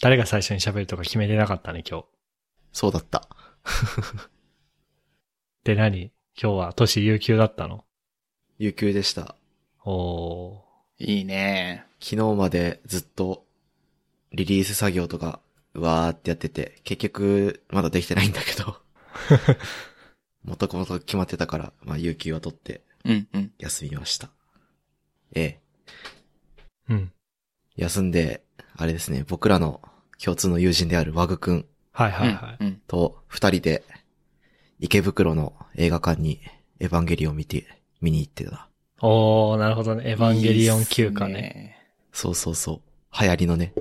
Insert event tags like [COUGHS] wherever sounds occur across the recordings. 誰が最初に喋るとか決めてなかったね、今日。そうだった。で何今日は都市有給だったの有給でした。おー。いいね。昨日までずっとリリース作業とか、うわーってやってて、結局まだできてないんだけど。元々決まってたから、まあ、有給は取ってうんうん。休みました。ええ。うん。休んで、あれですね、僕らの共通の友人であるワグくんはいはいはい。うんうん。と二人で、池袋の映画館にエヴァンゲリオンを見て、見に行ってた。おー、なるほどね。エヴァンゲリオン休暇いいっね。すそね。うそうそう。流行りのね。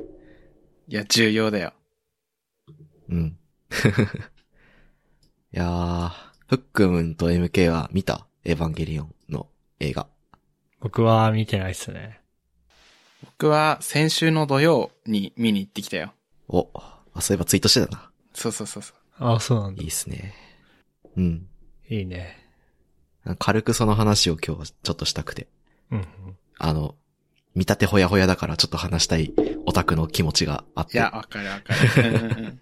いや、重要だよ。うん。 [LAUGHS] いやー、ふっくんと MK は見たエヴァンゲリオンの映画。僕は見てないっすね。僕は先週の土曜に見に行ってきたよ。お、あ、そういえばツイートしてたな。そうそうそうそう。あ、そうなんだいい。っすね。うん。いいね。軽くその話を今日はちょっとしたくて。うんうん。あの、見立てほやほやだからちょっと話したいオタクの気持ちがあっいて。や、わかるわかる。うんうん [LAUGHS] うん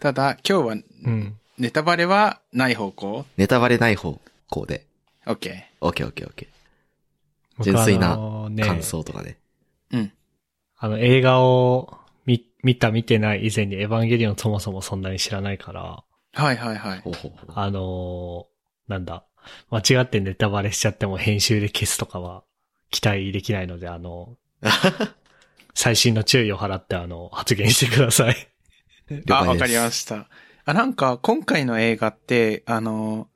ただ、今日はうん。ネタバレはない方向ネタバレない方向で。 ?OK。オッケーオッケーオッケ僕純粋なあのー。ね感想とかね。うん。あの、映画を見、見た見てない以前にエヴァンゲリオンそもそもそんなに知らないから、はいはいはい。ほうほうほう。あのーなんだ、間違ってネタバレしちゃっても編集で消すとかは期待できないので、あの、 [LAUGHS] 最新の注意を払って、あの、発言してくださ [LAUGHS] い。了あ、解ですわかりました。あ、なんか、今回の映画って、あの、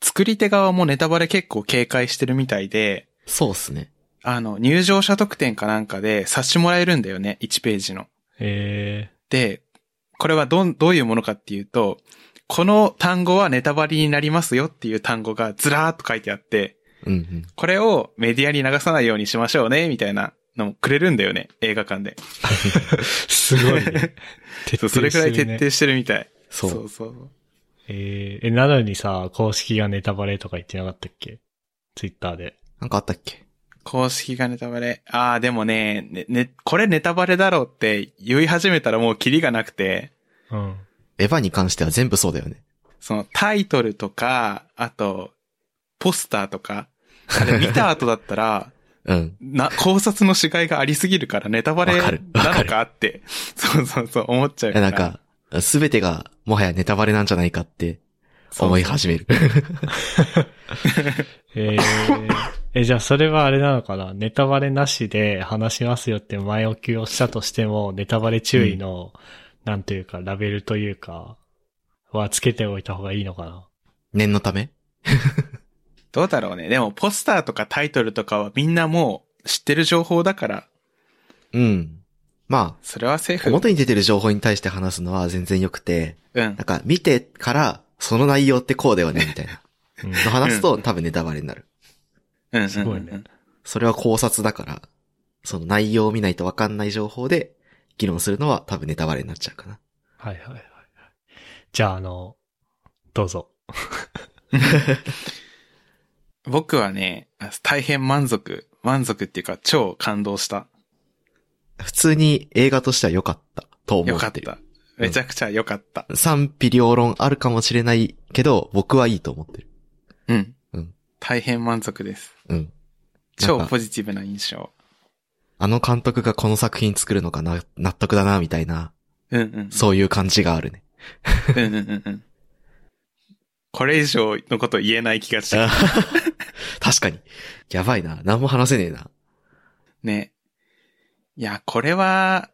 つ作り手側もネタバレ結構警戒してるみたいで、そうっすね。あの、入場者特典かなんかで冊子もらえるんだよね、1ページの。えで、これはどん、どういうものかっていうと、この単語はネタバレになりますよっていう単語がずらーっと書いてあって、うんうん。これをメディアに流さないようにしましょうね、みたいなのもくれるんだよね、映画館で。ー、すごい、ね。徹 [LAUGHS] そう、底してそるねれくらい徹底してるみたい。そうそうそう。えー、え、なのにさ、公式がネタバレとか言ってなかったっけツイッターで。なんかあったっけ公式がネタバレ。ああ、でもね、ね、ね、これネタバレだろうって言い始めたらもうキリがなくて、うん。エヴァに関しては全部そうだよね。そのタイトルとか、あと、ポスターとか、あれ見た後だったら、うん。な、考察のしがいがありすぎるからネタバレわなかるわかるのかって、そうそうそう、思っちゃういかやら。なんか、すべてがもはやネタバレなんじゃないかってそう、思い始める。えーえ、じゃあそれはあれなのかなネタバレなしで話しますよって前置きをしたとしても、ネタバレ注意の、なんというか、ラベルというか、はつけておいた方がいいのかな念のためどうだろうね。でも、ポスターとかタイトルとかはみんなもう知ってる情報だから、うん。まそれはセーあ、フ。表に出てる情報に対して話すのは全然良くて、うんな。んか見てから、その内容ってこうだよね、みたいな。 [LAUGHS] うん。の話すと多分ネタバレになる。うん。すごいね。それは考察だから、その内容を見ないとわかんない情報で議論するのは多分ネタバレになっちゃうかな。はいはいはいはい。じゃああの、どうぞ。僕はね、あ大変満足。満足っていうか、超感動した。普通に映画としては良かったと思よかっってる。た。めちゃくちゃよかった。賛否両論あるかもしれないけど、僕はいいと思ってる。うん。うん大変満足です。うん。超なんかポジティブな印象。あの監督がこの作品作るのかな、納得だな、みたいな、うんうん。そういう感じがあるね。うんうんうんうん。これ以上のこと言えない気がし [LAUGHS] た。確かに。やばいな。何も話せねえな。ね。いや、これは、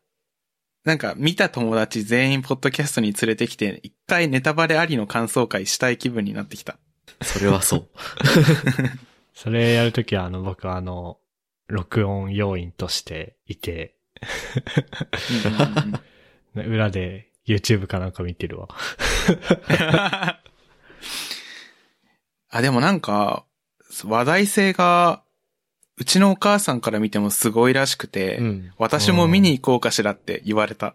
なんか見た友達全員ポッドキャストに連れてきて、一回ネタバレありの感想会したい気分になってきた。それはそう。それやるときはあの、僕はあの、録音要員としていて、うんうんうんうん [LAUGHS] 裏で YouTube かなんか見てるわ。あ、でもなんか、話題性が、うちのお母さんから見てもすごいらしくて、 [LAUGHS] うん。私も見に行こうかしらって言われた。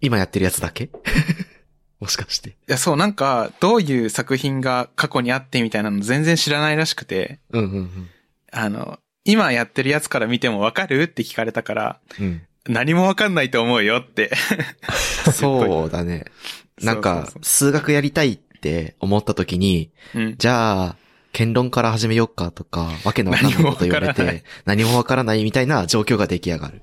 今やってるやつだけ [LAUGHS] もしかして。いや、そう、なんか、どういう作品が過去にあってみたいなの全然知らないらしくて、うんうんあの、今やってるやつから見てもわかるって聞かれたから、 [LAUGHS] うん。うん。何もわかんないと思うよって。そうだね。 [LAUGHS] なんかそうそう、数学やりたいって思った時に、そううん。じゃあ、剣論から始めよっかとか、わけのわかんないこと言われて、何もわからないみたいな状況が出来上がる。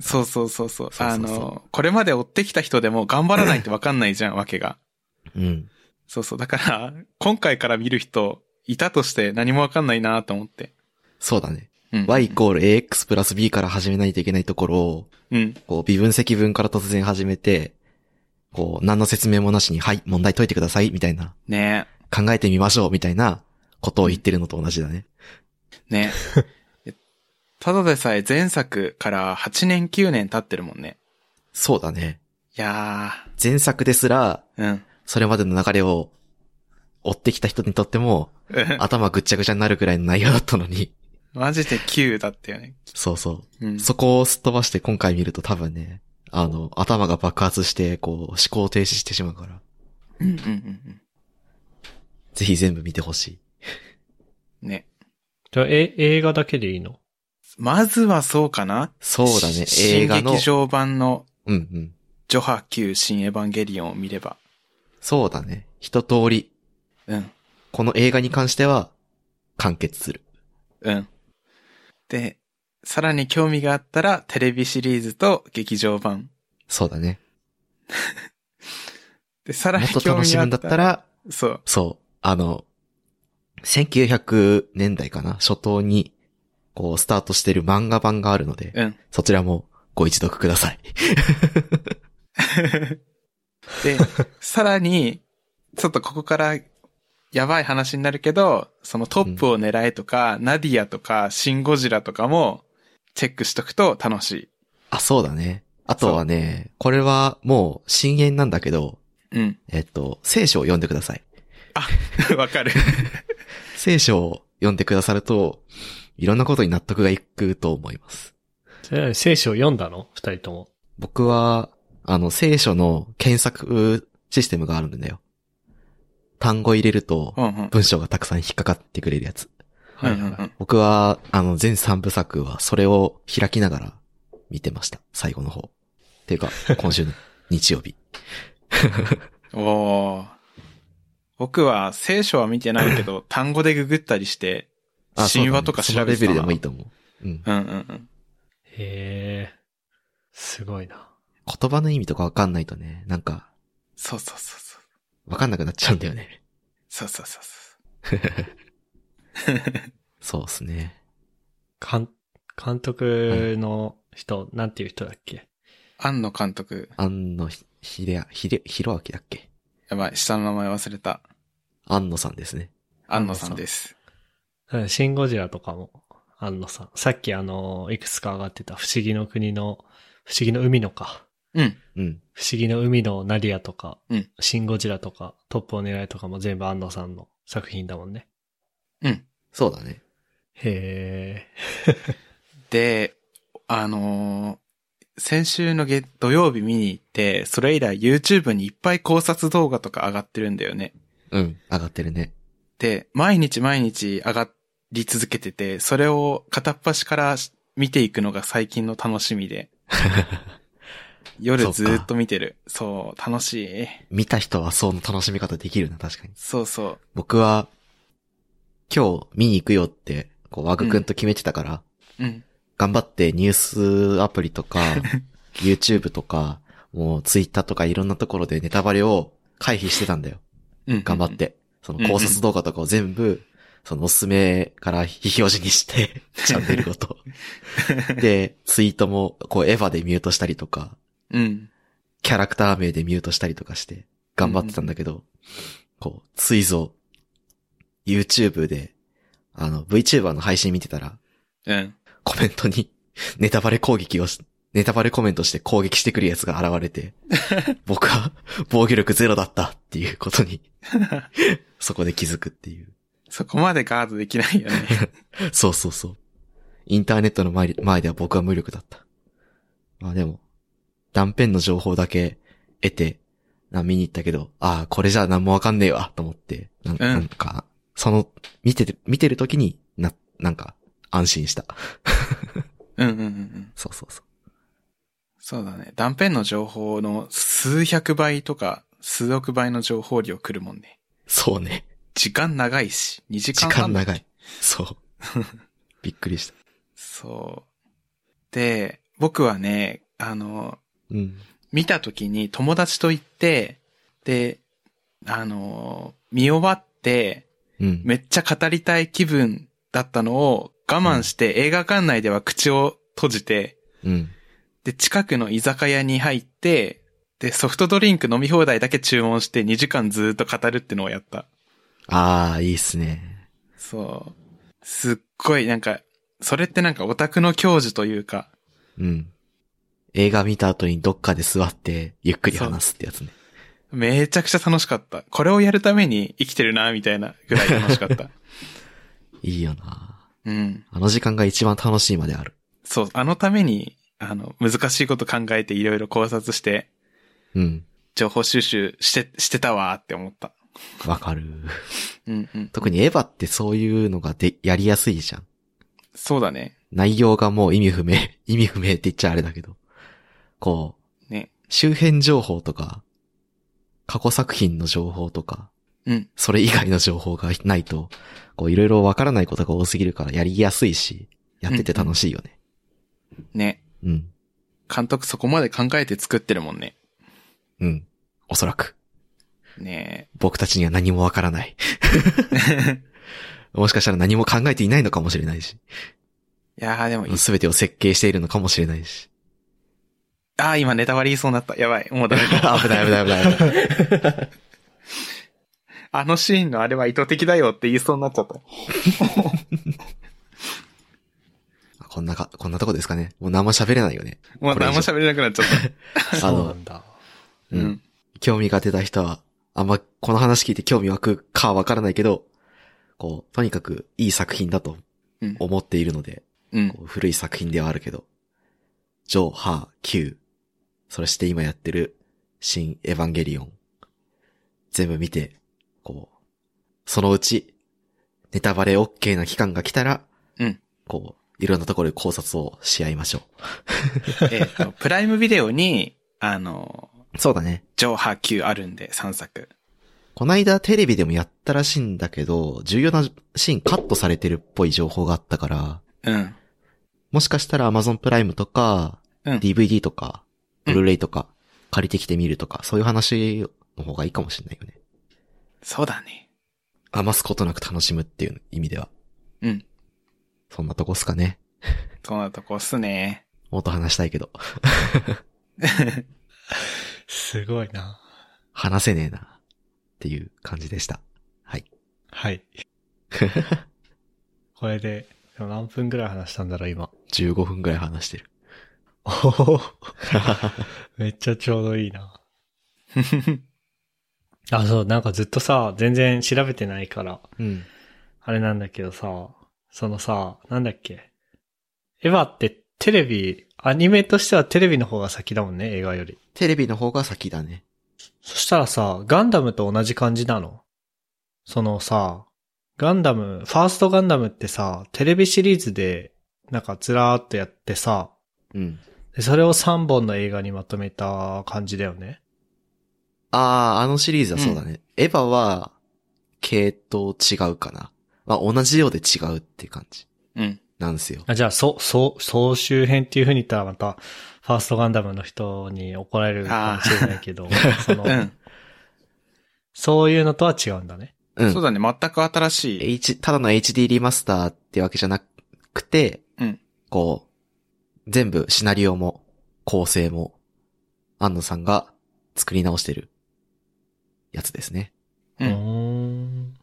そうそうそうそう。そうそうそうあの、これまで追ってきた人でも頑張らないってわかんないじゃん、わけが。うん。そうそう。だから、今回から見る人、いたとして何もわかんないなと思って。そうだね。うん。 y イコール ax プラス b から始めないといけないところを、うん。こう、微分積分から突然始めて、こう、何の説明もなしに、はい、問題解いてください、みたいな、ね考えてみましょう、みたいなことを言ってるのと同じだね。え。ね [LAUGHS] え。ただでさえ前作から8年9年経ってるもんね。そうだね。いや前作ですら、ー、うん。それまでの流れを追ってきた人にとっても、頭ぐっちゃぐちゃになるくらいの内容だったのに。 [LAUGHS] マジで9だったよね。そうそうう。ん。そこをすっ飛ばして今回見ると多分ね、あの、頭が爆発して、こう、思考停止してしまうから、うんうんうんぜひ全部見てほしい。うん。ね。じゃあ、え、映画だけでいいのまずはそうかなそうだね、し映画の。新劇場版のうんうん。ジョハ Q 新エヴァンゲリオンを見れば。そうだね。一通り、うん。この映画に関しては、完結する。うん。で、さらに興味があったら、テレビシリーズと劇場版。そうだね。で、さらもにっと興楽味しがむあっんだたったら、ら、そう。 [LAUGHS] そう、あの、1900年代かな初頭に、こう、スタートしてる漫画版があるので、うん。そちらもご一読ください。で、さらに、ちょっとここから、やばい話になるけど、そのトップを狙えとか、ナディアとか、シンゴジラとかも、チェックしとくと楽しあ、そうだね。あとはね、これはもう、深淵なんだけど、い。うん。 [LAUGHS] えっと、聖書を読んでください。わかる。聖書を読んでくださると、いろんなことに納得がいくと思います。それなのに聖書を読んだの二人とも。僕は、あの、聖書の検索システムがあるんだよ。単語入れるとう、んうん。文章がたくさん引っかかってくれるやつ。はいはい。うんうんうん僕は、あの、全3部作はそれを開きながら見てました。最後の方。って [LAUGHS] いうか、今週の日曜日。おー僕は聖書は見てないけど、 [COUGHS] 単語でググったりして、あそうだね神話とか調べてそのレベルたなでもいいと思う。うん。うんうんうん。へえ、すごいな。言葉の意味とかわかんないとね、なんか、そうそうそうそう。わかんなくなっちゃうんだよね。そうそうそうそそうですね。監、監督の人、なんていう人だっけう。庵野監督、安野ひ、ひれや、ひれ、ひろあきだっけやばい、下の名前忘れた。安野さんですね。庵野さんです。うんシンゴジラとかも、安野さん。さっきあの、いくつか上がってた不思議の国の、不思議の海のか。うん。うん。不思議の海のナディアとか、うんシンゴジラとか、トップを狙いとかも全部安野さんの作品だもんね。そうだね。へで、あのー先週の月土曜日見に行って、それ以来 YouTube にいっぱい考察動画とか上がってるんだよね。うん。上がってるね。で、毎日毎日上がり続けてて、それを片っ端から見ていくのが最近の楽しみ [LAUGHS] で。夜ずーっと見てる。そう楽しい。見た人はその楽しみ方できるな、確かに。そうそう。僕は、今日見に行くよって、こう、和ぐくんと決めてたから、うん。頑張ってニュースアプリと [LAUGHS] か、YouTube とか、もう Twitter とかいろんなところでネタバレを回避してたんだよ。うん。頑張っ。て。その考察動画とかを全部、そのおすすめから非表示にして、チャンネルごと。で、ツイートも、こう、エヴァでミュートしたりとか、 [LAUGHS] うん。キャラクター名でミュートしたりとかして、頑張ってたんだけど、こう、ついぞ、YouTube で、あの、VTuber の配信見てたら、うん。コメントに、 [LAUGHS] ネタバレ攻撃をし、ネタバレコメントして攻撃してくるやつが現れて、僕は防御力ゼロだったっていうことに、そこで気づくっていう。そこまでガードできないよね。 [LAUGHS] そうそうそう。インターネットの前に前では僕は無力だった。まあでも、断片の情報だけ得て、な見に行ったけど、ああ、これじゃ何もわかんねえわ、と思って、なんか、うんなんかその、見てて、見てる時にな、なんか、安心した。うんうんうんうん。そうそうそう。そうだね。断片の情報の数百倍とか数億倍の情報量来るもんね。そうね。時間長いし、2時時間間半長い。そう。びっくりした。そう。で、僕はね、あの、うん。見た時に友達と行って、で、あの、見終わって、うん。めっちゃ語りたい気分だったのを我慢して映画館内では口を閉じて、うん。で、近くの居酒屋に入って、で、ソフトドリンク飲み放題だけ注文して2時間ずーっと語るってのをやった。ああ、いいっすね。そう。すっごいなんか、それってなんかオタクの教授というか、うん。映画見た後にどっかで座って、ゆっくり話すってやつね。めちゃくちゃ楽しかった。これをやるために生きてるな、みたいなぐらい楽しかった。いいよな。うん。あの時間が一番楽しいまである。そう、あのために、あの、難しいこと考えていろいろ考察して、うん。情報収集して、してたわーって思った。わかる。うんうん。特にエヴァってそういうのがで、やりやすいじゃん。そうだね。内容がもう意味不明、 [LAUGHS] 意味不明って言っちゃあれだけど。こう、ね。周辺情報とか、過去作品の情報とか、うん。それ以外の情報がないと、こういろいろわからないことが多すぎるからやりやすいし、やってて楽しいよね。ね。うん。監督そこまで考えて作ってるもんね。うん。おそらく。ね僕たちには何もわからない。 [LAUGHS] え。もしかしたら何も考えていないのかもしれないし、いやーでもいい、すべてを設計しているのかもしれないし。あー今ネタバレ言いそうになった。やばい。もうダメだ。 [LAUGHS] 危ない危ない危ない危ない。あのシーンのあれは意図的だよって言いそうになっちゃった。こんなか、こんなとこですかね。もう何も喋れないよね。もう何も喋れなくなっちゃった。あそうなの、んだ。 [LAUGHS] う。うんん。興味が出た人は、あんまこの話聞いて興味湧くかはわからないけど、こう、とにかくいい作品だとうん思っているので、うんこ。う古い作品ではあるけど、ジョー、ハー、キュー、そして今やってる新エヴァンゲリオン、全部見て、こう、そのうち、ネタバレ OK な期間が来たら、うんこう、いろんなところで考察をし合いましょえっと、プライムビデオに、あの、う。そうだね。上波級あるんで3作。こないだテレビでもやったらしいんだけど、重要なシーンカットされてるっぽい情報があったから、うん。もしかしたら Amazon プライムとか、うん DVD とか、ブうんルーレイとか、借りてきてみるとか、そういう話の方がいいかもしれないよね。そうだね。余すことなく楽しむっていう意味では。うん。そんなとこっすかね。そんなとこっすね。もっと話したいけど、 [LAUGHS] すごいな。話せねえな、っていう感じでした。はい。はい。これで、でも何分ぐらい話したんだろう、今。 15分くらい話して [LAUGHS] る。おおめっちゃちょうどいいな。あ、そう、なんかずっとさ、全然調べてないから、うん。あれなんだけどさ、そのさ、なんだっけ。エヴァってテレビ、アニメとしてはテレビの方が先だもんね、映画より。テレビの方が先だね。そしたらさ、ガンダムと同じ感じなのそのさ、ガンダム、ファーストガンダムってさ、テレビシリーズで、なんかずらーっとやってさ、うん。でそれを3本の映画にまとめた感じだよね。ああ、あのシリーズはそうだね。エヴァは、系統違うかな。まあ、同じようで違うっていう感じうん。なんですよ。あじゃあ、そ、そ、総集編っていう風に言ったらまた、ファーストガンダムの人に怒られるかもしれないけど、その、うん。そういうのとは違うんだね。うん。そうだね。全く新しい。 H、ただの HD リマスターってわけじゃなくて、うんこう、全部シナリオも、構成も、安野さんが作り直してる、やつですね。う。うんーん。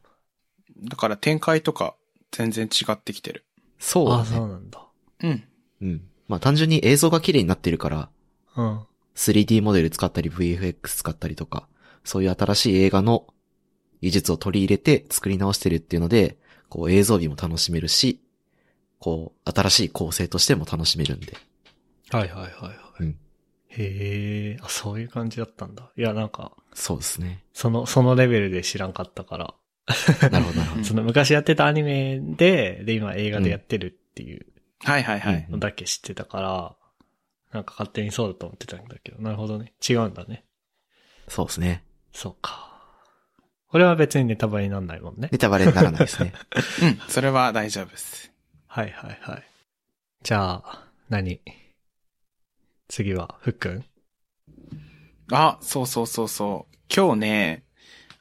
だから展開とか全然違ってきてる。そうあ、だそうね。なんだ。うん。うん。まあ、単純に映像が綺麗になってるから、うん。 3D モデル使ったり VFX 使ったりとか、そういう新しい映画の技術を取り入れて作り直してるっていうので、こう映像美も楽しめるし、こう新しい構成としても楽しめるんで。はいはいはいはい。うんへえ、あ、そういう感じだったんだ。いや、なんか、そうですね。その、そのレベルで知らんかったから、なるほど、なるほうんその昔やってたアニメで、で、今映画でやってるっていうはいはいはい。うんのだけ知ってたから、なんか勝手にそうだと思ってたんだけど、なるほどね。違うんだね。そうですね。そうか。これは別にネタバレになんないもんねネ。タバレにならないですね。うん、それは大丈夫です。はいはいはい。じゃあ、何次は、ふっくんあ、そうそうそうそう。今日ね、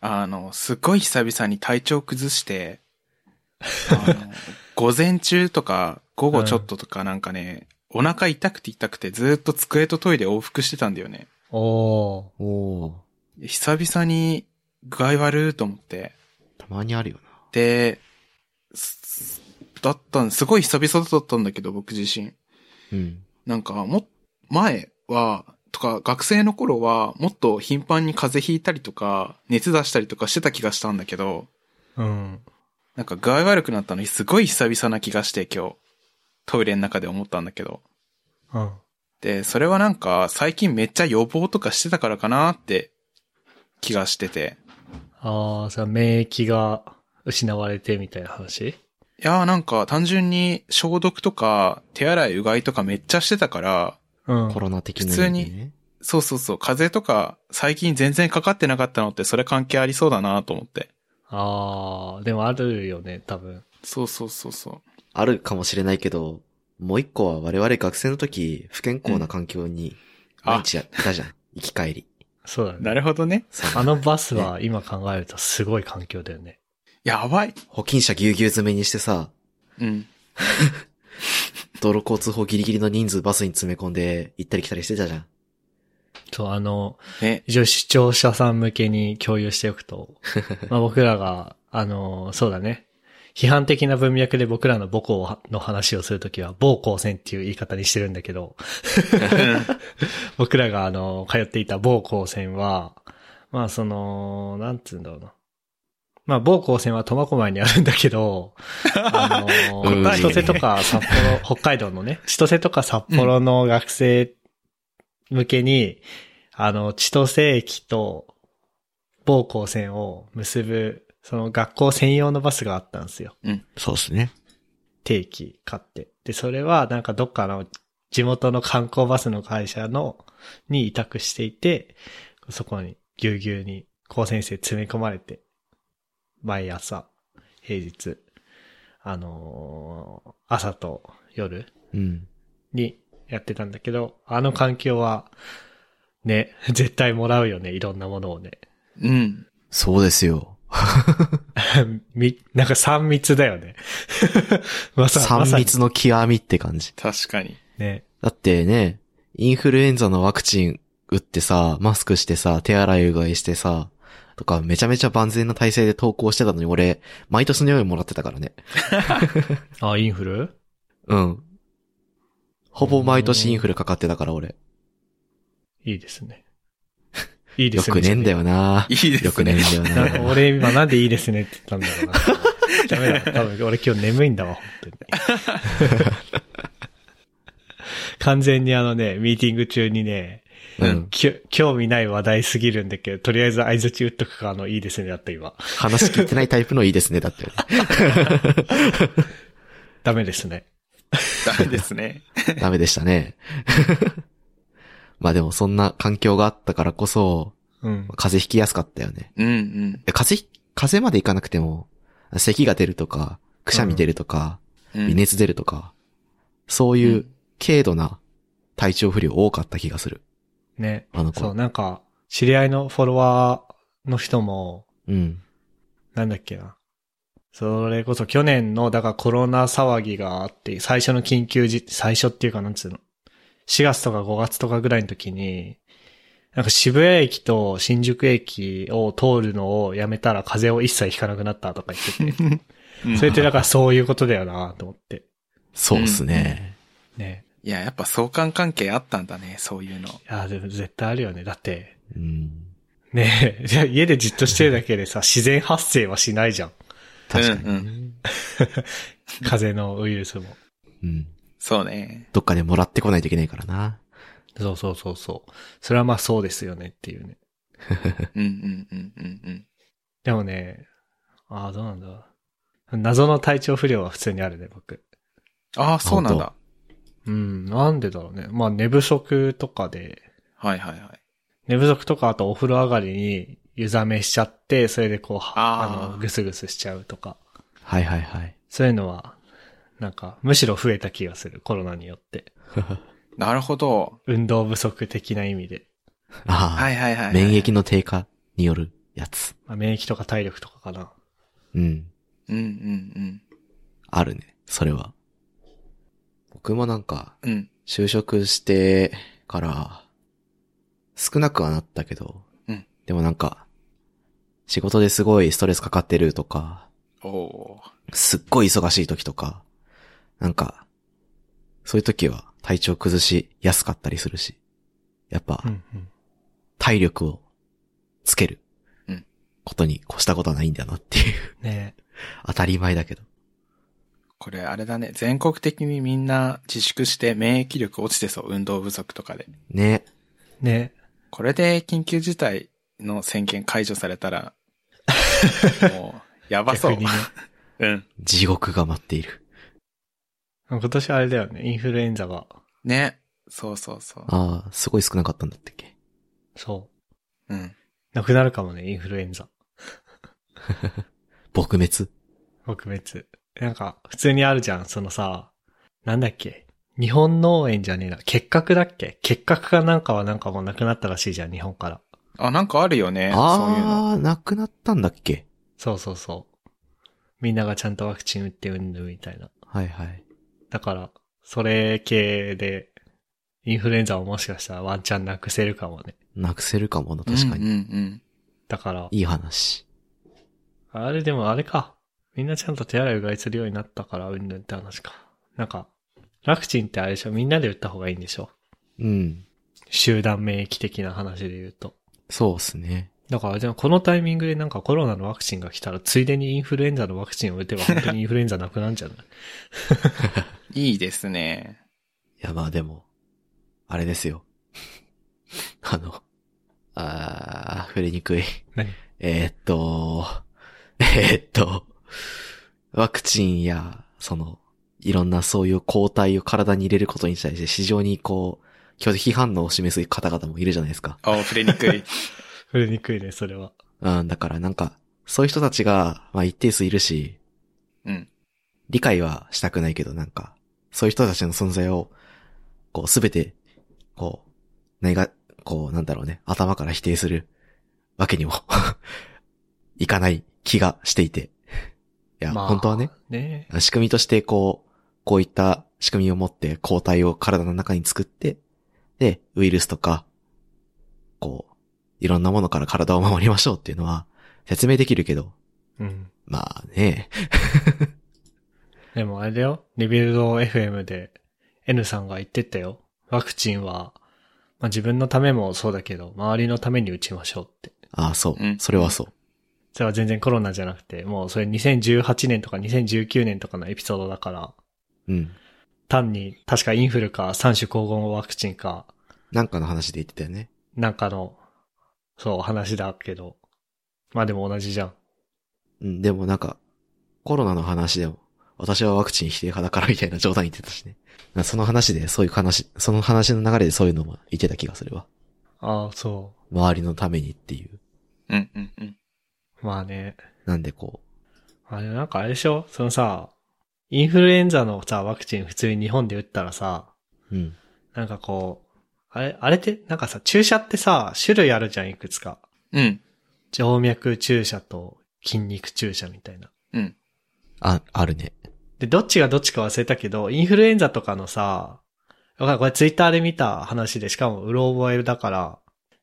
あの、すごい久々に体調崩して、あ [LAUGHS] の午前中とか、午後ちょっととかなんかね、お腹痛くて痛くてずっと机とトイレ往復してたんだよね。おー。 [LAUGHS] おー、久々に具合悪いと思って。たまにあるよな。で、すだったん、すごい久々だったんだけど、僕自身。うん。なんか、も、前は、とか、学生の頃は、もっと頻繁に風邪ひいたりとか、熱出したりとかしてた気がしたんだけど、うん。なんか具合悪くなったのにすごい久々な気がして、今日。トイレの中で思ったんだけど。うん。で、それはなんか、最近めっちゃ予防とかしてたからかなって、気がしてて。ああ、さ、免疫が失われてみたいな話いやーなんか、単純に消毒とか、手洗いうがいとかめっちゃしてたから、うんコ。ロナ的な、普通に。そうそうそう、風邪とか、最近全然かかってなかったのって、それ関係ありそうだなと思って。ああ、でもあるよね、多分。そうそうそうそう。あるかもしれないけど、もう一個は我々学生の時、不健康な環境に、うんあ毎日やった [LAUGHS] じゃん。生き返り。そうだね。なるほどね。あのバスは今考えるとすごい環境だよね。やばい。保菌者ぎゅうぎゅう詰めにしてさ、うん。道路交通法ギリギリの人数バスに詰め込んで、行ったり来たりしてたじゃん。そう、あの、ね。 [LAUGHS] 一応視聴者さん向けに共有しておくと、まあ僕らが、あの、そうだね。批判的な文脈で僕らの母校の話をするときは、某高専っていう言い方にしてるんだけど、 [LAUGHS] 僕らがあの、通っていた某高専は、まあその、なんつうんだろうな。まあ某高専は苫小牧にあるんだけど、あの [LAUGHS] うんー、千歳とか札幌、 [LAUGHS] 北海道のね、千歳とか札幌の学生向けに、あの、千歳駅と某高専を結ぶ、その学校専用のバスがあったんですよ。そうですね。定期買って。で、それはなんかどっかの地元の観光バスの会社の、に委託していて、そこにぎゅうぎゅうに高専生詰め込まれて、毎朝、平日、あのー朝と夜うん。にやってたんだけど、あの環境は、ね、絶対もらうよね、いろんなものをね。 [LAUGHS] うん。そうですよ。み、なんか3密だよね。 [LAUGHS] まさま三さに密の極みって感じ。確かに。ね。だってね、インフルエンザのワクチン打ってさ、マスクしてさ、手洗いうがいしてさ、とか、めちゃめちゃ万全な体制で投稿してたのに、俺、毎年のようにもらってたからね。あ、インフルうん。ほぼ毎年インフルかかってたから、俺。いいですね。いいでよすね。くねえんだよないいですね。よくねえんだよなんかな俺今なんでいいですねって言ったんだろうな。 [LAUGHS] ダメだ。多分俺今日眠いんだわ、本当に。 [LAUGHS] 完全にあのね、ミーティング中にね、うん。きゅ興味ない話題すぎるんだけど、とりあえず相槌打っとくか、あの、いいですねだった今。話聞いてないタイプのいいですね、だって。ダメですね。ダメですね。ダメでしたね。 [LAUGHS] まあでも、そんな環境があったからこそ、うん。風邪ひきやすかったよね。うんうんえ風邪ひ、風邪までいかなくても、咳が出るとか、くしゃみ出るとか、うん。微熱出るとか、そういう軽度な体調不良多かった気がする。ね。あのそう、子。なんか、知り合いのフォロワーの人も、うん。なんだっけな。それこそ去年の、だからコロナ騒ぎがあって、最初の緊急事、最初っていうかなんつうの。4月とか5月とかぐらいの時に、なんか渋谷駅と新宿駅を通るのをやめたら風邪を一切ひかなくなったとか言ってて。うんそれってだからそういうことだよなと思って。そうっすね。ね。いや、やっぱ相関関係あったんだね、そういうの。いや、でも絶対あるよね。だって、うん。ねえ、じゃあ家でじっとしてるだけでさ、自然発生はしないじゃん。確かに。うんう風邪のウイルスも。うん。そうね。どっかでもらってこないといけないからな。そうそうそうそう。それはまあそうですよねっていうね。うんうんうんうんうん。でもね、ああ、どうなんだ。謎の体調不良は普通にあるね、僕。ああ、そうなんだ。うん、なんでだろうね。まあ寝不足とかで、はいはいはい。寝不足とかあとお風呂上がりに湯冷めしちゃって、それでこう、あーあの、ぐすぐすしちゃうとか。はいはい [LAUGHS] はい。そういうのは、なんか、むしろ増えた気がする、コロナによって。なるほど。運動不足的な意味で。あはいはいはい、はあ、い。免疫の低下によるやつ。まあ、免疫とか体力とかかな。うん。うんうんあるね。それは。僕もなんか、うん。うん。就職してから、少なくはなったけど、うんでもなんか、仕事ですごいストレスかかってるとか、おおー。すっごい忙しい時とか、なんか、そういう時は体調崩しやすかったりするし、やっぱ、うんうん。体力をつけるうんことに越したことはないんだなっていう、 [LAUGHS] ね当たり前だけど。これあれだね。全国的にみんな自粛して免疫力落ちてそう。運動不足とかで。ね。ねこれで緊急事態の宣言解除されたら、もう、やばそう。逆にね。うん。地獄が待っている。今年あれだよね、インフルエンザが。ね。そうそうそう。ああ、すごい少なかったんだったっけ。そう。うん。なくなるかもね、インフルエンザ。撲滅撲滅。なんか、普通にあるじゃん、そのさ、なんだっけ。日本農園じゃねえな。結核だっけ結核かなんかはなんかもうなくなったらしいじゃん、日本から。あ、なんかあるよね。そういうの。ああ、なくなったんだっけそうそうそう。みんながちゃんとワクチン打ってうんぬんみたいな。はいはい。だから、それ系で、インフルエンザをもしかしたらワンチャンなくせるかもね。なくせるかもな、確かに。うんうんだから、いい話。あれでもあれか。みんなちゃんと手洗いうがいするようになったから、うんぬんって話か。なんか、ワクチンってあれでしょみんなで打った方がいいんでしょうん。集団免疫的な話で言うと。そうっすね。だから、じゃあこのタイミングでなんかコロナのワクチンが来たら、ついでにインフルエンザのワクチンを打てば本当にインフルエンザなくなるんじゃないうん。いいですね。いや、まあでも、あれですよ。 [LAUGHS] あの、あー、触れにくい。 [LAUGHS] 何えーっと、えーっと、ワクチンや、その、いろんなそういう抗体を体に入れることに対して、非常にこう、拒否反応を示す方々もいるじゃないですか。あ、触れにくい。触れにくいね、それは。うん、だからなんか、そういう人たちが、まあ一定数いるし、うん。理解はしたくないけど、なんか、そういう人たちの存在を、こう、すべて、こう、ねが、こう、なんだろうね、頭から否定するわけにも、 [LAUGHS] いかない気がしていて。いや、まあ本当はね、ね仕組みとして、こう、こういった仕組みを持って抗体を体の中に作って、で、ウイルスとか、こう、いろんなものから体を守りましょうっていうのは、説明できるけど、うん。まあね、でもあれだよ、リビルド FM で N さんが言ってたよ。ワクチンは、まあ、自分のためもそうだけど、周りのために打ちましょうって。ああ、そうう、んそれはそう。それは全然コロナじゃなくて、もうそれ2018年とか2019年とかのエピソードだから、うん。単に確かインフルか三種混合のワクチンか、なんかの話で言ってたよね。なんかの、そう、話だけど。まあでも同じじゃん。うん、でもなんか、コロナの話でも、私はワクチン否定派だからみたいな冗談言ってたしね。なその話で、そういう話、その話の流れでそういうのも言ってた気がするわ。ああ、そ周りのためにっていう。うんうんうん。う。まあね。なんでこあれなんかあれでしょそのさ、インフルエンザのさ、ワクチン普通に日本で打ったらさ、う、うん。なんかこう、あれ、あれって、なんかさ、注射ってさ、種類あるじゃん、いくつか。うん。静脈注射と筋肉注射みたいな。うん。あ、あるね。で、どっちがどっちか忘れたけど、インフルエンザとかのさ、わかるこれツイッターで見た話で、しかもうろ覚えだから、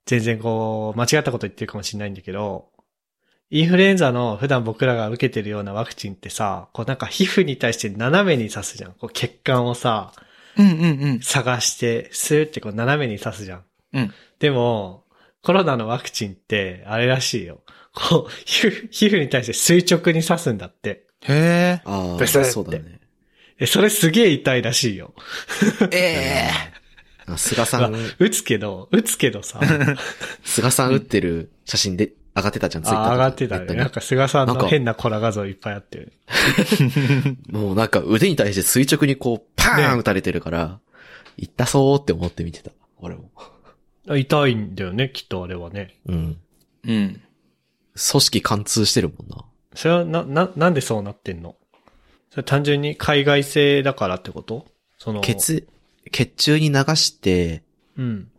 全然こう、間違ったこと言ってるかもしれないんだけど、インフルエンザの普段僕らが受けてるようなワクチンってさ、こうなんか皮膚に対して斜めに刺すじゃん。こう血管をさ、うんうんうん。探して、スーってこう斜めに刺すじゃん。うんでも、コロナのワクチンって、あれらしいよ。こう、皮膚、皮膚に対して垂直に刺すんだって。へあブあ、スってそうだね。え、それすげえ痛いらしいよ。え。えあ菅さん、打つけど、打つけどさ、菅さん打ってる写真で上がってたじゃん、ツイッタあーとか上がってたネットね。になんか菅さんなんかの変なコラ画像いっぱいあってる。もうなんか腕に対して垂直にこう、パーンね打たれてるから、行ったそうって思って見てた。俺も。あ痛いんだよね、きっとあれはね。うん。う組ん。織貫通してるもんな。それはな、な、なんでそうなってんのそれ単純に海外製だからってことその。血、血中に流して、うん。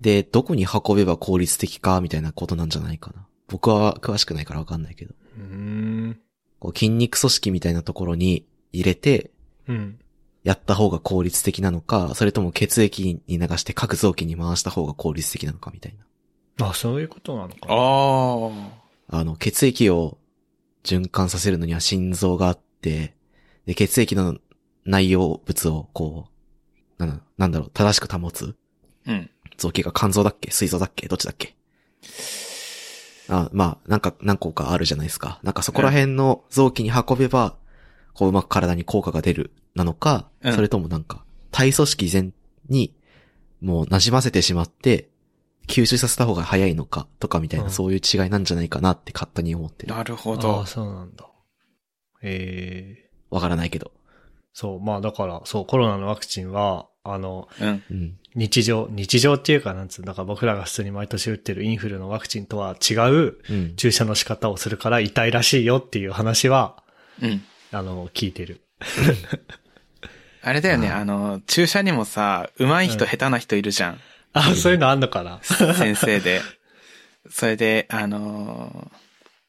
で、どこに運べば効率的か、みたいなことなんじゃないかな。僕は詳しくないからわかんないけど。うーん。こう筋肉組織みたいなところに入れて、うん。やった方が効率的なのか、それとも血液に流して各臓器に回した方が効率的なのかみたいな。あ、そういうことなのか。ああ。あの、血液を循環させるのには心臓があって、で、血液の内容物をこう、なんだなんだろう、正しく保つうん。臓器が肝臓だっけ膵臓だっけどっちだっけあ、まあ、なんか何個かあるじゃないですか。なんかそこら辺の臓器に運べば、こううまく体に効果が出る、なのか、うんそれともなんか、体組織全に、もう馴染ませてしまって、吸収させた方が早いのか、とかみたいな、うんそういう違いなんじゃないかなって勝手に思ってる。なるほあどあ、。そうなんだ。ええわからないけど。そう、まあだから、そう、コロナのワクチンは、あの、うん。うん。日常、日常っていうか、なんつうだから僕らが普通に毎年打ってるインフルのワクチンとは違ううん。注射の仕方をするから痛いらしいよっていう話は、うん。あの、聞いてる。あれだよね、あーあの、注射にもさ、上手い人、うん下手な人いるじゃん。あ、そういうのあんの [LAUGHS] かな先生で。それで、あのー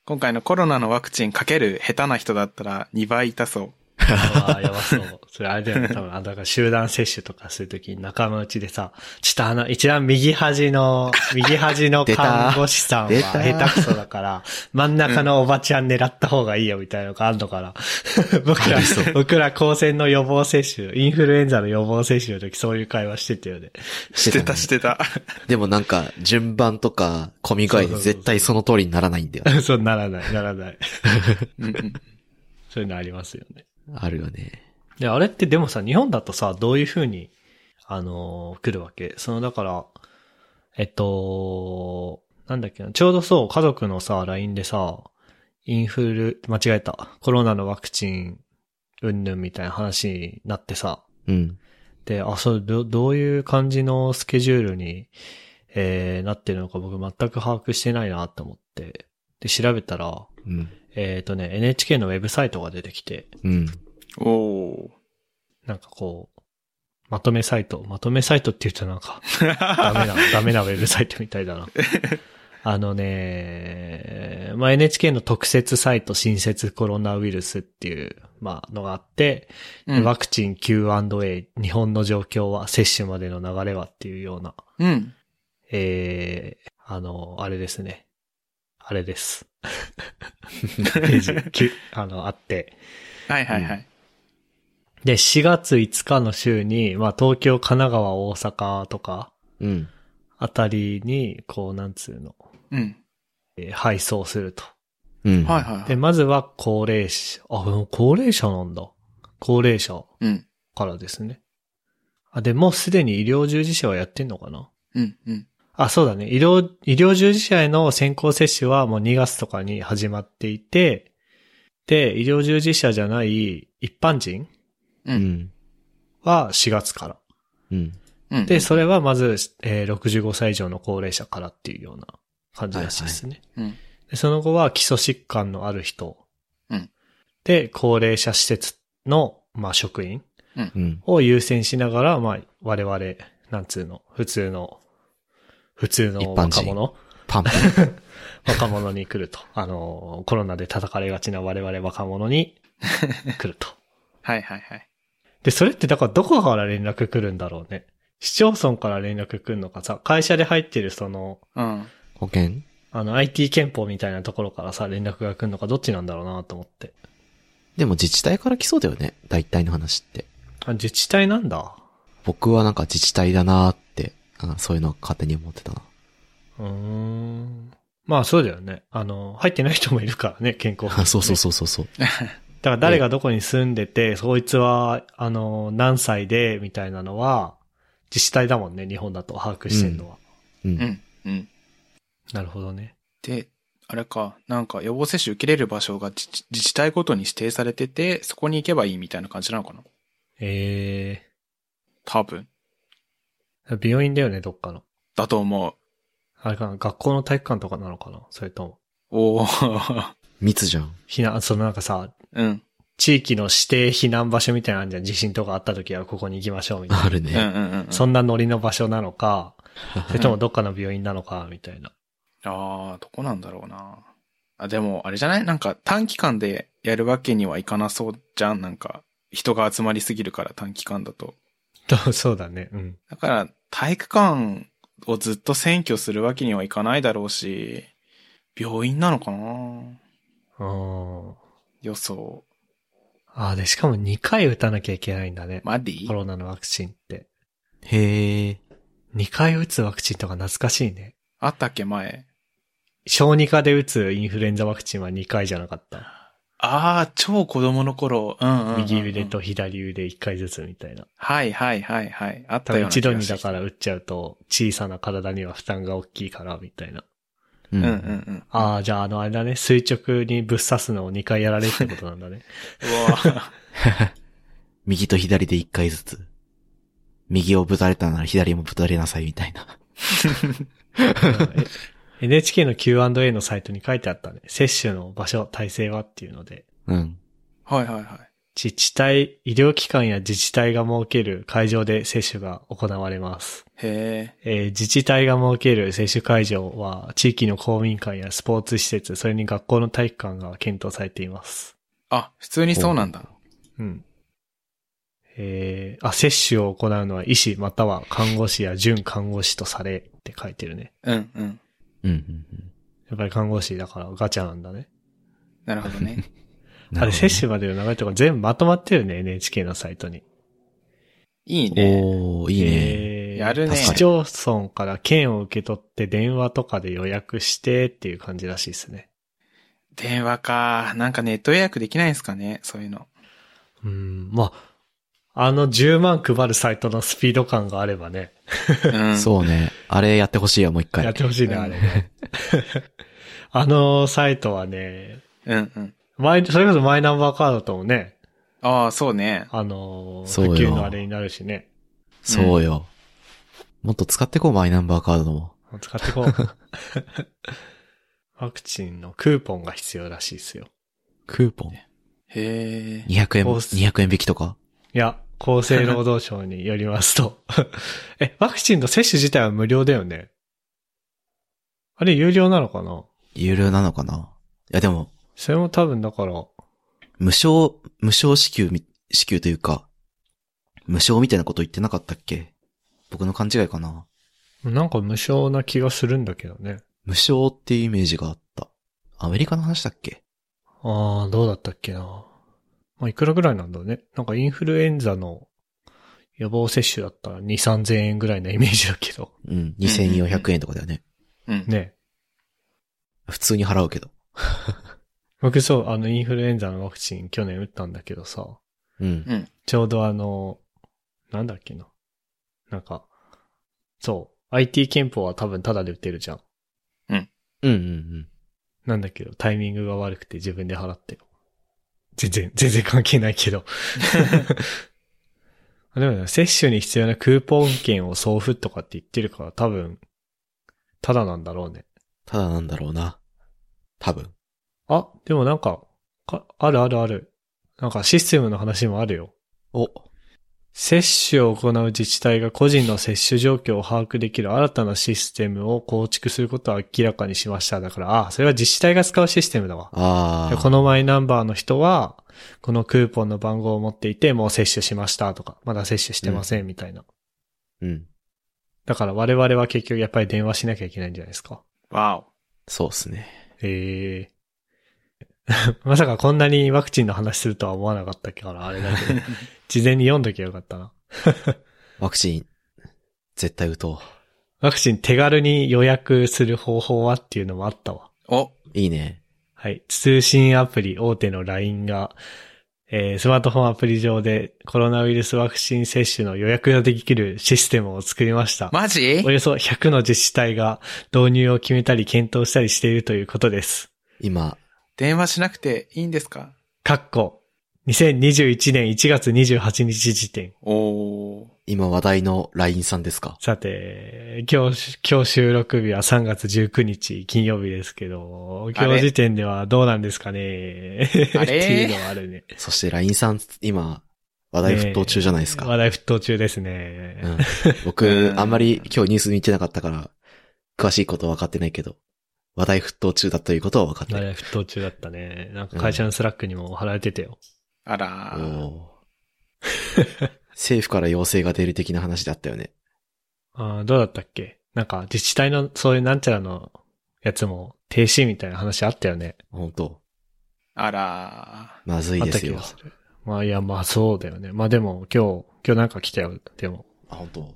今回のコロナのワクチンかける下手な人だったら2倍痛そう。ああ、やばそう。それあれだよね、多分、あだから集団接種とかするときに仲間内でさ、ちょっとあの、一番右端 [LAUGHS] の、右端の出た看護師さんは出た下手くそだから、真ん中のおばちゃん狙った方がいいよみたいなのがあんのかな。 [LAUGHS] 僕らありそ、う僕ら高専の予防接種、インフルエンザの予防接種の時そういう会話してたよね。 [LAUGHS] してた、ねしてた。でもなんか、順番とか、込み具合で絶対その通りにならないんだよ。そうならない、ならない。うんうんそういうのありますよね。あるよね。で、あれってでもさ、日本だとさ、どういう風に、あのー来るわけその、だから、えっと、なんだっけな、ちょうどそう、家族のさ、LINE でさ、インフル、間違えた、コロナのワクチン、うんぬんみたいな話になってさ、うん。で、あ、そう、ど、どういう感じのスケジュールに、えー、なってるのか僕全く把握してないなと思って、で、調べたら、うん。えっ、とね、NHK のウェブサイトが出てきて、うん。お [LAUGHS] おなんかこう、まとめサイト、まとめサイトって言うとなんか、ダメな、ダメなウェブサイトみたいだな。あのね、まあ、NHK の特設サイト、新設コロナウイルスっていう、まあ、のがあって、ー。ワクチン Q&A、日本の状況は、接種までの流れはっていうような、うん。うん。えー、あの、あれですね。あれです。ページ、きゅあの、あって、はいはいはい。で、4月5日の週に、まあ、東京、神奈川、大阪とか、うん。あたりに、こう、なんつうの、うん。えー配送すると。うん。はいはいはで、い。まずは、高齢者、あ、でも高齢者なんだ。高齢者うん。からですね。あ、で、もうすでに医療従事者はやってんのかなうん。うん。あ、そうだね。医療、医療従事者への先行接種はもう2月とかに始まっていて、で、医療従事者じゃない一般人う。うんん。は4月から。うん。うん。で、それはまず、えー65歳以上の高齢者からっていうような感じらしいですね。うん。でその後は基礎疾患のある人。うんで、高齢者施設の、まあ、職員うん。を優先しながら、まあ、我々、なんつうの、普通の、普通一の般若人者、パ [LAUGHS] ンパン。若者に来ると。 [LAUGHS] あの、コロナで叩かれがちな我々若者に来ると。はいはいはい。で、それってだからどこから連絡来るんだろうね。市町村から連絡来るのかさ、会社で入ってるその、うん。 [LAUGHS] 保険あの、IT 憲法みたいなところからさ、連絡が来るのかどっちなんだろうなと思って。でも自治体から来そうだよね。大体の話って。あ、自治体なんだ。僕はなんか自治体だなーって、あそういうのを勝手に思ってたな。うーん。まあそうだよね。あの、入ってない人もいるから [LAUGHS] ね、健康保あ険そうそうう。そうそうそう。だから誰がどこに住んでて、そいつは、あの、何歳で、みたいなのは、自治体だもんね、日本だと把握してるのは。う。うんん。うん。なるほどね。で、あれか、なんか予防接種受けれる場所が自治自治体ごとに指定されてて、そこに行けばいいみたいな感じなのかなええ多分。病院だよね、どっかの。だと思う。あれかな、学校の体育館とかなのかなそれとも。おー [LAUGHS] 密じゃん。避難、そのなんかさ、うん。地域の指定避難場所みたいなのあるじゃん。地震とかあった時はここに行きましょうみたいな。あるうんうね。んうんうん。そんなノリの場所なの [LAUGHS] か、それとうもんどっかの病院なのか、みたいな。 [LAUGHS] ああ、どこなんだろうな。あ、でも、あれじゃないなんか短期間でやるわけにはいかなそうじゃんなんか、人が集まりすぎるから短期間だと。とそうだね。うん。だから、体育館をずっと占拠するわけにはいかないだろうし、病院なのかなうん。予想。ああ、で、しかも2回打たなきゃいけないんだね。マディコロナのワクチンって。へえ。 2回打つワクチンとか懐かしいね。あったっけ前。小児科で打つインフルエンザワクチンは2回じゃなかった。ああ、超子供の頃。うんうんうんうん、右腕と左腕1回ずつみたいな。はいはいはいはい。あっ多たよ分うな一気が度にだしてきたから打っちゃうと小さな体には負担が大きいからみたいな。ううんうんう。ん。ああ、じゃああのあれだね、垂直にぶっ刺すのを2回やられるってことなんだね。うわー右と左で一回ずつ。右をぶたれたなら左もぶたれなさいみたいな。うんえ NHK の Q&A のサイトに書いてあったね。接種の場所、体制はっていうので。うん。はいはいはい。自治体、医療機関や自治体が設ける会場で接種が行われます。へえー自治体が設ける接種会場は、地域の公民館やスポーツ施設、それに学校の体育館が検討されています。ーあ、普通にそうなんだ。うん。えーあ、接種を行うのは医師または看護師や準看護師とされって書いてるね。うんうん。うんうんうん。やっぱり看護師だからガチャなんだね。なるほどね。あなれ、るほどね接種までの流れとか全部まとまってるね、NHK のサイトに。いいね。おー、いいね。えーやるね市町村から券を受け取って電話とかで予約してっていう感じらしいですね。電話か。なんかネット予約できないんすかねそういうの。うん、まあ、あの10万配るサイトのスピード感があればね、うん。そうね。あれやってほしいよ、もう一やっ回。てほしいね、うんあれね。 [LAUGHS] あのサイトはね、うんうん。マイそれこそマイナンバーカードともね、ああ、そうね。あのそうー、よ普及のあれになるしね、そうよ。もっと使ってこう、マイナンバーカードも。使ってこう。ワクチンのクーポンが必要らしいですよ。クーポン。へえ。 200円、コース200円引きとかいや、厚生労働省によりますと。 [LAUGHS] え、ワクチンの接種自体は無料だよね。あれ、有料なのかな有料なのかないや、でも、それも多分だから、無償、無償支給み、支給というか、無償みたいなこと言ってなかったっけ僕の勘違いかななんか無償な気がするんだけどね。無償っていうイメージがあった。アメリカの話だっけあー、どうだったっけな。まあ、いくらぐらいなんだろうね。なんかインフルエンザの予防接種だったら2、3000円ぐらいなイメージだけど。うん、2400円とかだよね。うん。ね。普通に払うけど。僕そう、あの、インフルエンザのワクチン去年打ったんだけどさ。うん。ちょうどあの、なんだっけな。なんか、そう、IT 憲法は多分タダで打てるじゃん。うんうんうん。なんだけど、タイミングが悪くて自分で払ってる。全然、全然関係ないけど。でもね、接種に必要なクーポン券を送付とかって言ってるから多分、タダなんだろうね。ただなんだろうな。多分。あ、でもなんか、かあるあるある。なんかシステムの話もあるよ。お、接種を行う自治体が個人の接種状況を把握できる新たなシステムを構築することを明らかにしました。だから、あ、それは自治体が使うシステムだわ。ああ。このマイナンバーの人は、このクーポンの番号を持っていて、もう接種しましたとか、まだ接種してませんみたいな。うん。だから我々は結局やっぱり電話しなきゃいけないんじゃないですか。わお。そうっすね。ええ [LAUGHS] まさかこんなにワクチンの話するとは思わなかったから、あれだけ [LAUGHS] ど。事前に読んどきゃよかったな。ワクチン、絶対打とワクチン手軽に予約する方法はっていうのもあったわ。お、う。いいね。はい。通信アプリ大手の LINE が、えースマートフォンアプリ上でコロナウイルスワクチン接種の予約ができるシステムを作りました。マジおよそ100の自治体が導入を決めたり検討したりしているということです。今、電話しなくていいんですかかっこ、2021年1月28日時点。おー。今話題の LINE さんですかさて、今日、今日収録日は3月19日金曜日ですけど、あれ今日時点ではどうなんですかねあれ [LAUGHS] っていうのはあるね。そして LINE さん、今、話題沸騰中じゃないですか。話題沸騰中ですね。 [LAUGHS] うん、う僕、んあんまり今日ニュース見てなかったから、詳しいことは分かってないけど、話題沸騰中だということは分かって話る。題沸騰中だったね。なんか会社のスラックにも貼られてたよ。あおらー。ー政府から要請が出る的な話だったよね。あーどうだったっけなんか自治体のそういうなんちゃらのやつも停止みたいな話あったよね。本当あらまずいあっでたす気よが。する。まあいや、まあそうだよね。まあでも今日、今日なんか来たよ。でも、あ、本当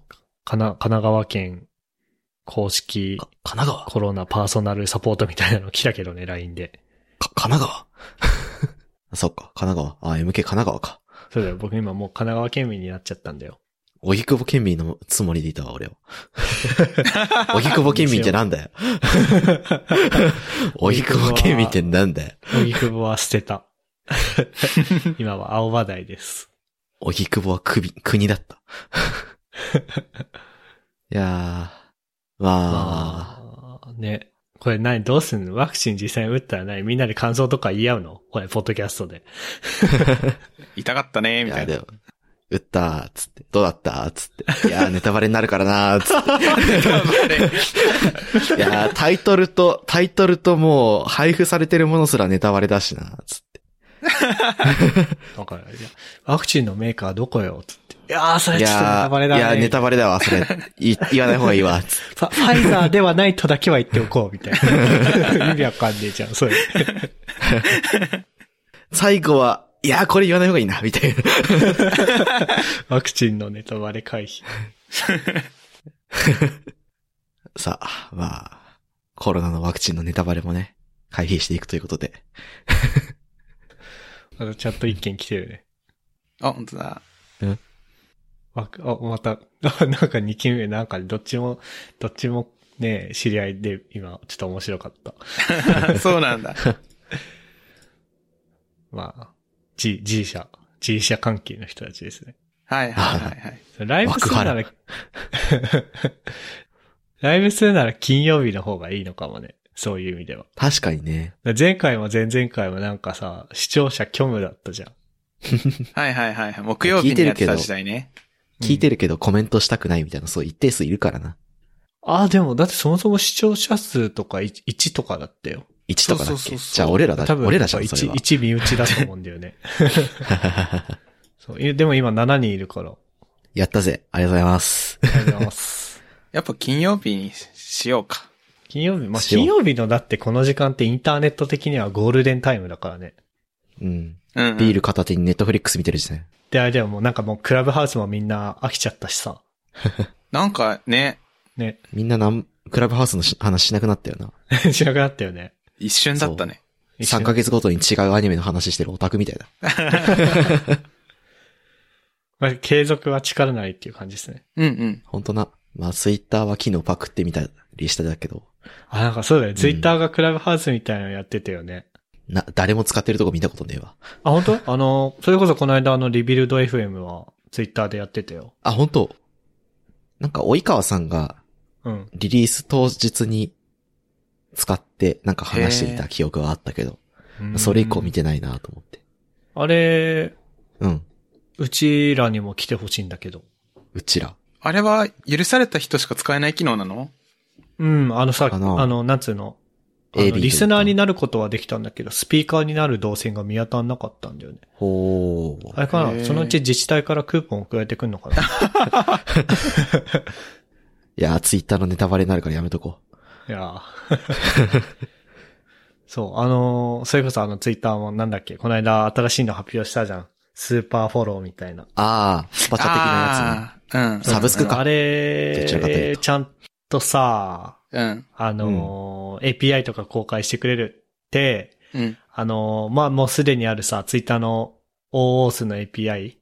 かな、神奈川県公式か神奈川コロナパーソナルサポートみたいなの来たけどね、LINE で。か神奈川 [LAUGHS] そっか、神奈川。あ、MK 神奈川か。そうだよ、僕今もう神奈川県民になっちゃったんだよ。荻窪県民のつもりでいたわ、俺は。 [LAUGHS] 荻窪県民ってなん [LAUGHS] だよ。荻窪県民ってなんだよ。荻窪は捨てた。 [LAUGHS] 今は青葉台です。荻窪は首、国だった。 [LAUGHS] いやー、まあ、まあ、ね。これ何どうすんのワクチン実際に打ったらないみんなで感想とか言い合うのこれ、ポッドキャストで。痛かったねーいみたや、いな。 [LAUGHS] でも、打ったー、つって、どうだったー、つって。[LAUGHS] いやー、ネタバレになるからなー、つっ頑張れて。いやー、タイトルと、タイトルともう、配布されてるものすらネタバレだしなー、つって。だから、いやワクチンのメーカーどこよつって。いやー、それ [LAUGHS] いちょっとネタやバレー、だいね。やーネタバレだわ、それ。い言わない方がいいわ、つって。ファファイザーではないとだけは言っておこう、みたい [LAUGHS] な。意味わかんねえじゃん、それ。最後は、いやー、これ言わない方がいいな、みたいな。 [LAUGHS] ワクチンのネタバレ回避。さあ、まあ、コロナのワクチンのネタバレもね、回避していくということで。またチャット一件来てるね。あ、本当だ。 [LAUGHS] わあ、また、 [LAUGHS] あなんか二件目、なんかどっちも、どっちもね、知り合いで今、ちょっと面白かった。そうなんだ。まあ、G、G 社、G 社関係の人たちですね。はいはいはいはい。ライブするなら、 [LAUGHS] ライブするなら金曜日の方がいいのかもね。そういう意味では。確かにね。前回も前々回もなんかさ、視聴者虚無だったじゃん。はいはいはいはい。木曜日にやってた時代ね。聞いてる。るけどコメントしたくないみたいな、そう一定数いるからな。ああ、でも、だってそもそも視聴者数とか 1, とかだったよ。 1とかだっけそうそうそうそうじゃあ俺らだ、多分、俺らじゃん、それ1、は。 1身内だと思うんだよ [LAUGHS] ね。そう。いでも今7人いるから。やったぜ。ありがとうございます。 [LAUGHS] ありがとうございます。やっぱ金曜日にしようか。金曜日、まあ、しよう金曜日のだってこの時間ってインターネット的にはゴールデンタイムだからね。うん。うんうん、ビール片手にネットフリックス見てるしね。で、あれでももうなんかもうクラブハウスもみんな飽きちゃったしさ。なんかね、ね。 [LAUGHS] みんななん、クラブハウスのし話しなくなったよな。しなくなったよね。一瞬だったね。一緒3ヶ月ごとに違うアニメの話してるオタクみたいだ。まあ、継続は力なりっていう感じですね。うんうん。ほんとな。まあ、ツイッターは機能パクってみたりしただけど、あ、なんかそうだよ。んツイッターがクラブハウスみたいなのやってたよね。な、誰も使ってるとこ見たことねえわ。あ、本 [LAUGHS] 当？あの、それこそこの間あの、リビルド FM はツイッターでやってたよ。あ、ほんと。なんか、及川さんがうん。リリース当日に使ってなんか話していた記憶はあったけど、それ以降見てないなと思って。あれ、うん。うちらにも来てほしいんだけど。うちら。あれは許された人しか使えない機能なのうん、あのさ、かあなの、なんつうの。あの AB というかリスナーになることはできたんだけど、スピーカーになる動線が見当たんなかったんだよね。ほあー。れかへなーそのうち自治体からクーポン送られてくんの [LAUGHS] かないいやー、ツイッターのネタバレになるからやめとこう。やー [LAUGHS] そう、あのーそれこそあのツイッターもなんだっけこの間新しいの発表したじゃん。スーパーフォローみたいな。あー、スパチャ的なやつね。うん。サブスクかあどちらかといれうとちゃんとさ、うん。あのー API とか公開してくれるって、うん。あのーまあ、もうすでにあるさ、ツイッターの OOS の API つね。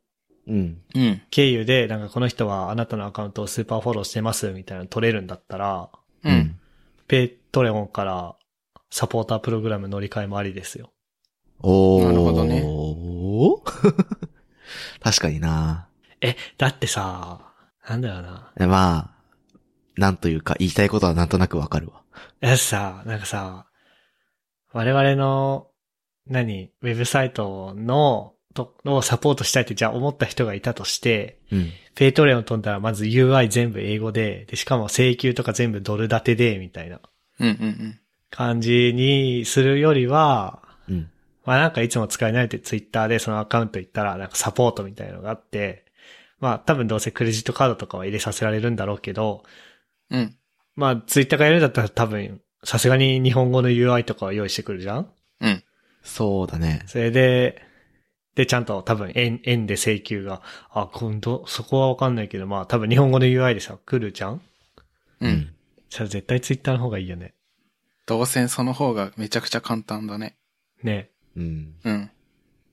うん。うん。経由で、なんかこの人はあなたのアカウントをスーパーフォローしてますみたいなの取れるんだったら、うん。。ペイトレオンからサポータープログラム乗り換えもありですよ。おー。なるほどね [LAUGHS] ね。確かになえ、だってさ、なんだろうな。まあ、なんというか言いたいことはなんとなくわかるわ。だってさ、なんかさ、我々の、何、ウェブサイトの、と、をサポートしたいって、じゃあ思った人がいたとして、うん。ペイトレオン飛んだらまず UI 全部英語で、で、しかも請求とか全部ドル建てで、みたいなうんうん感じにするよりは、うん。まあなんかいつも使い慣れてツイッターでそのアカウント行ったらなんかサポートみたいなのがあって、まあ多分どうせクレジットカードとかは入れさせられるんだろうけど、うん。うん。まあツイッターがやるんだったら多分さすがに日本語の UI とかを用意してくるじゃんうん。そうだね。それで、で、ちゃんと多分円、円で請求が、あ、今度、そこはわかんないけど、まあ多分日本語の UI でさ、来るじゃんうん。。それ絶対ツイッターの方がいいよね。動線その方がめちゃくちゃ簡単だね。ね。うん。うん。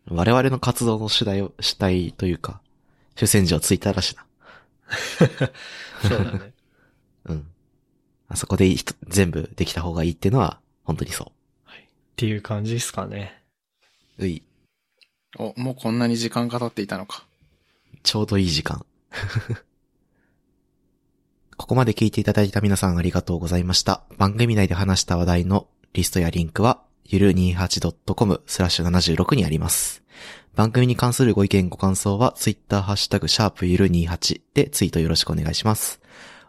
我々の活動の主体を、主体というか、主戦場はついたらしいな。そう [LAUGHS] だね。うん。あそこで一全部できた方がいいっていうのは、本当にそっていう感じですかね。う。うい、お、もうこんなに時間が経っていたのか。ちょうどいい時間。 [LAUGHS] ここまで聞いていただいた皆さんありがとうございました。番組内で話した話題のリストやリンクは、ゆる 28.com スラッシュ76にあります。番組に関するご意見ご感想は、ツイッターハッシュタグシャープゆる28でツイートよろしくお願いします。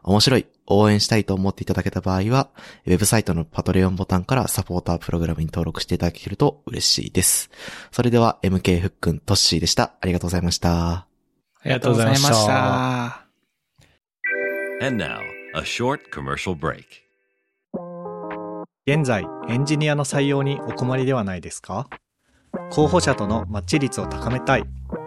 面白い、応援したいと思っていただけた場合は、ウェブサイトのパトレオンボタンからサポータープログラムに登録していただけると嬉しいです。それでは、MK ふっくん、トッシーでした。ありがとうございました。ありがとうございましたありがとうございました。 And now, a short commercial break. 現在エンジニアの採用にお困りではないですか候補者とのマッチ率を高めたい